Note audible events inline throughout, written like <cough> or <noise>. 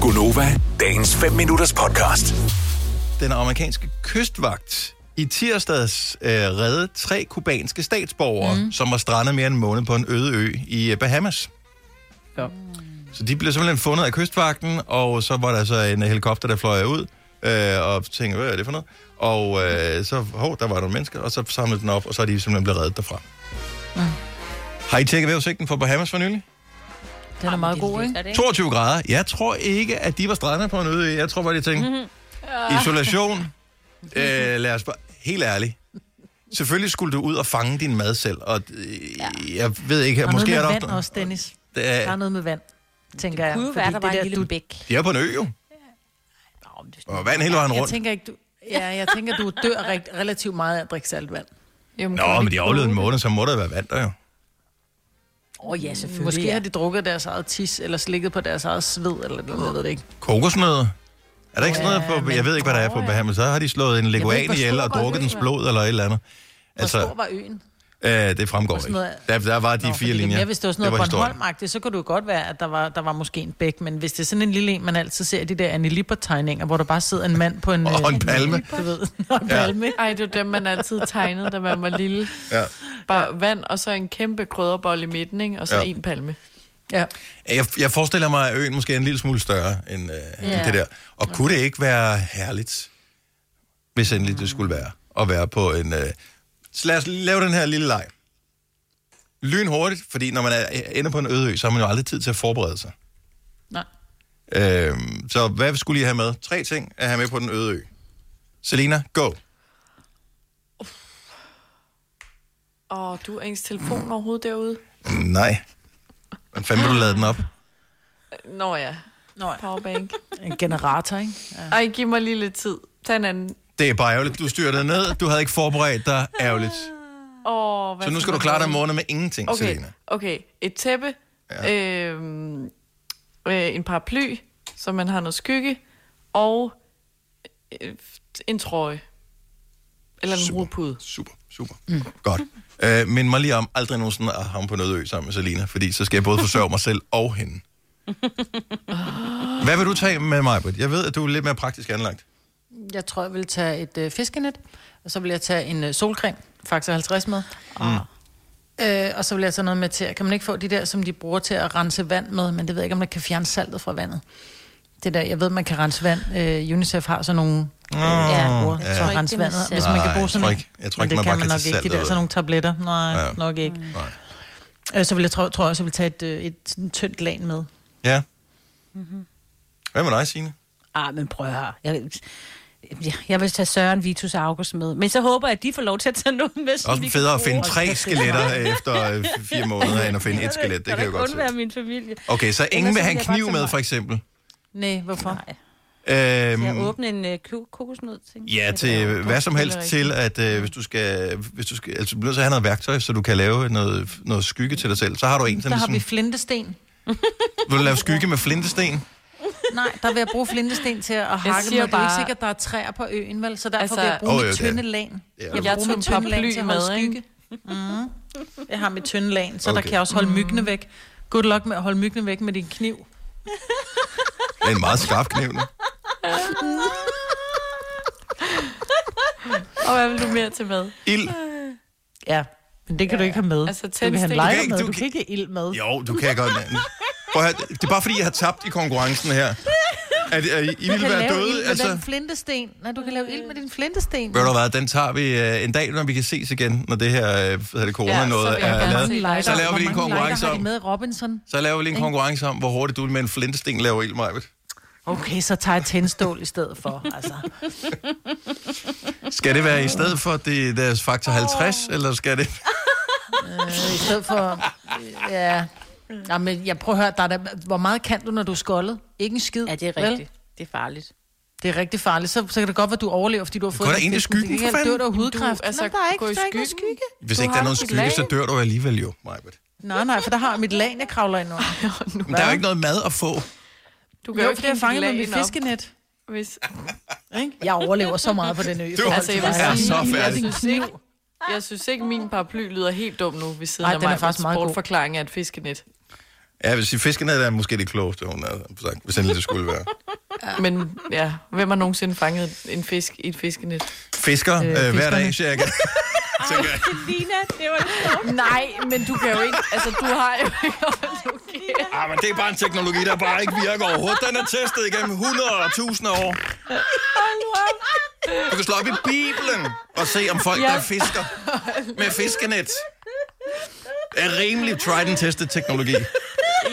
Gunova, dagens 5 minutters podcast. den amerikanske kystvagt i tirsdags øh, redde tre kubanske statsborgere, mm. som var strandet mere end en måned på en øde ø i øh, Bahamas. Ja. Mm, Så de blev simpelthen fundet af kystvagten, og så var der så en helikopter, der fløj ud, øh, og tænkte, hvad er det for noget? Og øh, så, hov, der var nogle mennesker, og så samlede den op, og så er de simpelthen blevet reddet derfra. Mm. Har I tjekket vejrudsigten for Bahamas for nylig? Den er meget god, ikke? Er det ikke? 22 grader. Jeg tror ikke, at de var strandet på en øde ø. Jeg tror bare, de tænkte, Mhm. isolation, øh, lad os bare, helt ærligt. Selvfølgelig skulle du ud og fange din mad selv, og øh, jeg ved ikke, Og måske noget er med der... vand også, Dennis. Der- Der er noget med vand, tænker jeg. Kunne jo fordi være, der var det en lille du- bæk. De er på en ø jo, Nå, men det er og vand hele vejen Jeg rundt. tænker ikke, du... Ja, jeg tænker, du dør rigt, relativt meget af at drikke saltvand. Jamen, kan Nå, man men ikke de overlevede en bruge måned, så må der være vand der jo. Åh oh, ja, selvfølgelig. Mm, Måske ja. har de drukket deres eget tis, eller slikket på deres eget sved, eller noget, jeg ved det ikke. Kokosnødder. Er der ikke sådan Ja, noget på... men- Jeg ved ikke, hvad der er på Åh, ja. Bahamas. Så har de slået en leguan hvor stor ihjel og var drukket dens øen? blod eller et eller andet. Hvor altså, stor Altså, var øen? øh, det fremgår sådan ikke. noget- Der, der var de fire linjer. Ja, hvis det var sådan var noget historien. Bornholm-agtigt, så kunne det jo godt være, at der var, der var måske en bæk, men hvis det er sådan en lille en, man altid ser i de der Annie Lippert-tegninger, hvor der bare sidder en mand på en... Og en øh, palme. Du ved, <laughs> og en Ja. palme. det? Ej, det var dem, man altid tegnede, da man var lille. Ja. Bare vand, og så en kæmpe krydderbold i midten, ikke? og så Ja. ja. en palme. Ja. Jeg, jeg forestiller mig, at øen måske er en lille smule større end, øh, yeah. end det der. Og kunne det ikke være herligt, hvis endelig det skulle være, at være på en... Øh, så lad os lave den her lille leg. Lynhurtigt, fordi når man er, øh, ender på en øde ø, så har man jo aldrig tid til at forberede sig. Nej. Øh, så hvad skulle I have med? Tre ting at have med på den øde ø. Selina, go. Åh, du har ens telefon overhovedet derude? Nej. Hvad fanden vil du lade den op? Nå ja, Nå, ja. powerbank. En generator, ikke? Ja. Ej, giv mig lige lidt tid. Tag en anden. Det er bare ærgerligt. Du styrtede ned. Du havde ikke forberedt dig. Ærgerligt. Åh, hvad Så nu skal man du klare dig have? en måned med ingenting, okay. Okay, Selina. okay. Et tæppe, ja. øhm, øh, en paraply, så man har noget skygge, og øh, en trøje. Eller en Super. hovedpude. Super, super. Mm. Godt. Øh, men mig lige om aldrig nogensinde at ham på noget ø sammen med Selina, fordi så skal jeg både forsørge mig selv og hende. Hvad vil du tage med mig, Britt? Jeg ved, at du er lidt mere praktisk anlagt. Jeg tror, jeg vil tage et øh, fiskenet, og så vil jeg tage en øh, solcreme, faktisk 50 med. Mm. Ah. Øh, og så vil jeg tage noget med til. Kan man ikke få de der, som de bruger til at rense vand med, men det ved jeg ikke, om man kan fjerne saltet fra vandet. Det der, jeg ved, man kan rense vand. Øh, UNICEF har sådan nogle øh, ja, bruger ja. til Jeg tror at ikke, rense det er med vandet. salt. Hvis man kan Ah. Nej, bruge jeg tror sådan en. ikke- jeg tror Men ikke, det man bare kan kan man nok tage ikke. De saltet der ud. sådan nogle tabletter. Nej, Ja. Mm. ja. nok ikke. Nej. Øh, så vil jeg, tror, tror jeg også, jeg vil tage et, øh, et sådan tyndt lag med. Ja. Hvad med dig, Signe? Ah, men prøv her. Jeg, jeg, jeg vil tage Søren, Vitus og August med. Men så håber jeg, at de får lov til at tage noget med. Det er også federe at finde tre skeletter efter øh, fire måneder, end at <laughs> finde et skelet. Det kan jeg godt se. undvære min familie. Okay, så ingen Ellers vil så have en vil jeg bare kniv tage med, mig- for eksempel. Nej, hvorfor? Nej. Kan jeg Øhm, åbne en øh, ko- kokosnød? Ting? ja, til hvad som helst til, at øh, hvis du skal, hvis du skal, altså, du bliver så have noget værktøj, så du kan lave noget, noget skygge til dig selv. Så har du en, som Der har ligesom, vi flintesten. vil du lave skygge med flintesten? Nej, der vil jeg bruge flintesten til at hakke siger med. Det er bare- ikke sikkert, at der er træer på øen, vel? Så derfor altså... Altså- vil jeg bruge Åh, oh, jo, mit det er- tynde lag. Ja. Jeg, Jeg jeg bruger tog mit tynde lag paraply til at holde med, ikke? skygge. Mm. Jeg har mit tynde lag, så okay. Okay. der kan jeg også holde myggene væk. Good luck med at holde myggene væk med din kniv. Det er en meget skarp kniv. nu. Og hvad vil du mere til med? Ild. Ja, men det kan du ikke have med. Altså, Altså, du kan have en tændstik. lejer Du kan med, ikke- du kan ikke have ild med. Jo, du kan godt. Prøv at, høre, det er bare fordi, jeg har tabt i konkurrencen her. At, at I Du ville kan være lave døde, ild med altså... den flintesten. Nej, du kan lave ild med din flintesten. Ved du hvad, den tager vi øh, en dag, når vi kan ses igen, når det her øh, hvad hedder det, corona Ja, ja, så noget vil jeg er lavet. gerne se Hvor mange Så lighter- laver vi lige en Hvor mange konkurrence lighter har de om- med Robinson? Så laver vi lige en konkurrence om, hvor hurtigt du med en flintesten laver ild, Majbet. Okay, så tager jeg tændstål i stedet for. Altså. Skal det være i stedet for det, deres faktor 50, oh. eller skal det... Øh, I stedet for... øh, Ja... Nå, men jeg prøver at høre, der er der, hvor meget kan du, når du er skoldet? Ikke en skid. Ja, det er vel? rigtigt. Det er farligt. Det er rigtig farligt. Så, så kan det godt være, at du overlever, fordi du har fået... går da ind i skyggen, for for fanden. Du dør af hudkræft. Du, altså, Nå, der er ikke, gå i der er ikke noget skyggen. skygge. Hvis Du ikke der er har nogen dit skygge, lag. så dør du alligevel jo, Majbet. Nej, nej, for der har jeg mit lag, jeg kravler ind <laughs> under. Men der er jo ikke noget mad at få. Du Jo, fordi jeg hænge fanger med lagen mit op, fiskenet. Hvis... Jeg overlever så meget på den ø. i forhold Altså, til jeg vil dig. er sige, så jeg færdig. synes ikke, jeg synes ikke, min paraply lyder helt dum nu ved siden Nej, af den er mig. faktisk meget god. bortforklaring af et fiskenet. Ja, hvis sige, fisken er måske det klogeste, hun har sagt, hvis endelig det skulle være. Men ja, hvem har nogensinde fanget en fisk i et fiskenet? Fisker øh, øh, hver dag, cirka. Tænker jeg. Lina, det var Nej, men du kan jo ikke, altså du har jo ikke Ah, men det er bare en teknologi, der bare ikke virker overhovedet. Den er testet igennem 100 og 1000 år. Du kan slå op i Bibelen og se, om folk, der fisker med fiskenet, er rimelig tried and tested teknologi.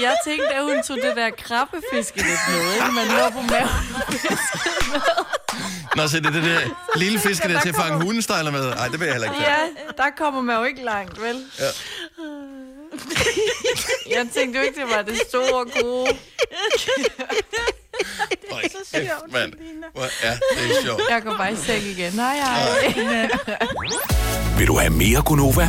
Jeg tænkte, at hun tog det der krabbefiskenet med, ikke? Man lå på maven. Nå, se, det er det der lille fiskenet til at fange hundestejler med. Ej, det vil jeg heller ikke. Ja, der kommer man jo ikke langt, vel? Ja. Jeg tænkte jo ikke, det var det store gode. Ej, kæft, mand. Hvor er det sjovt. Jeg går bare i seng igen. Nej, nej. Vil du have mere Gunova?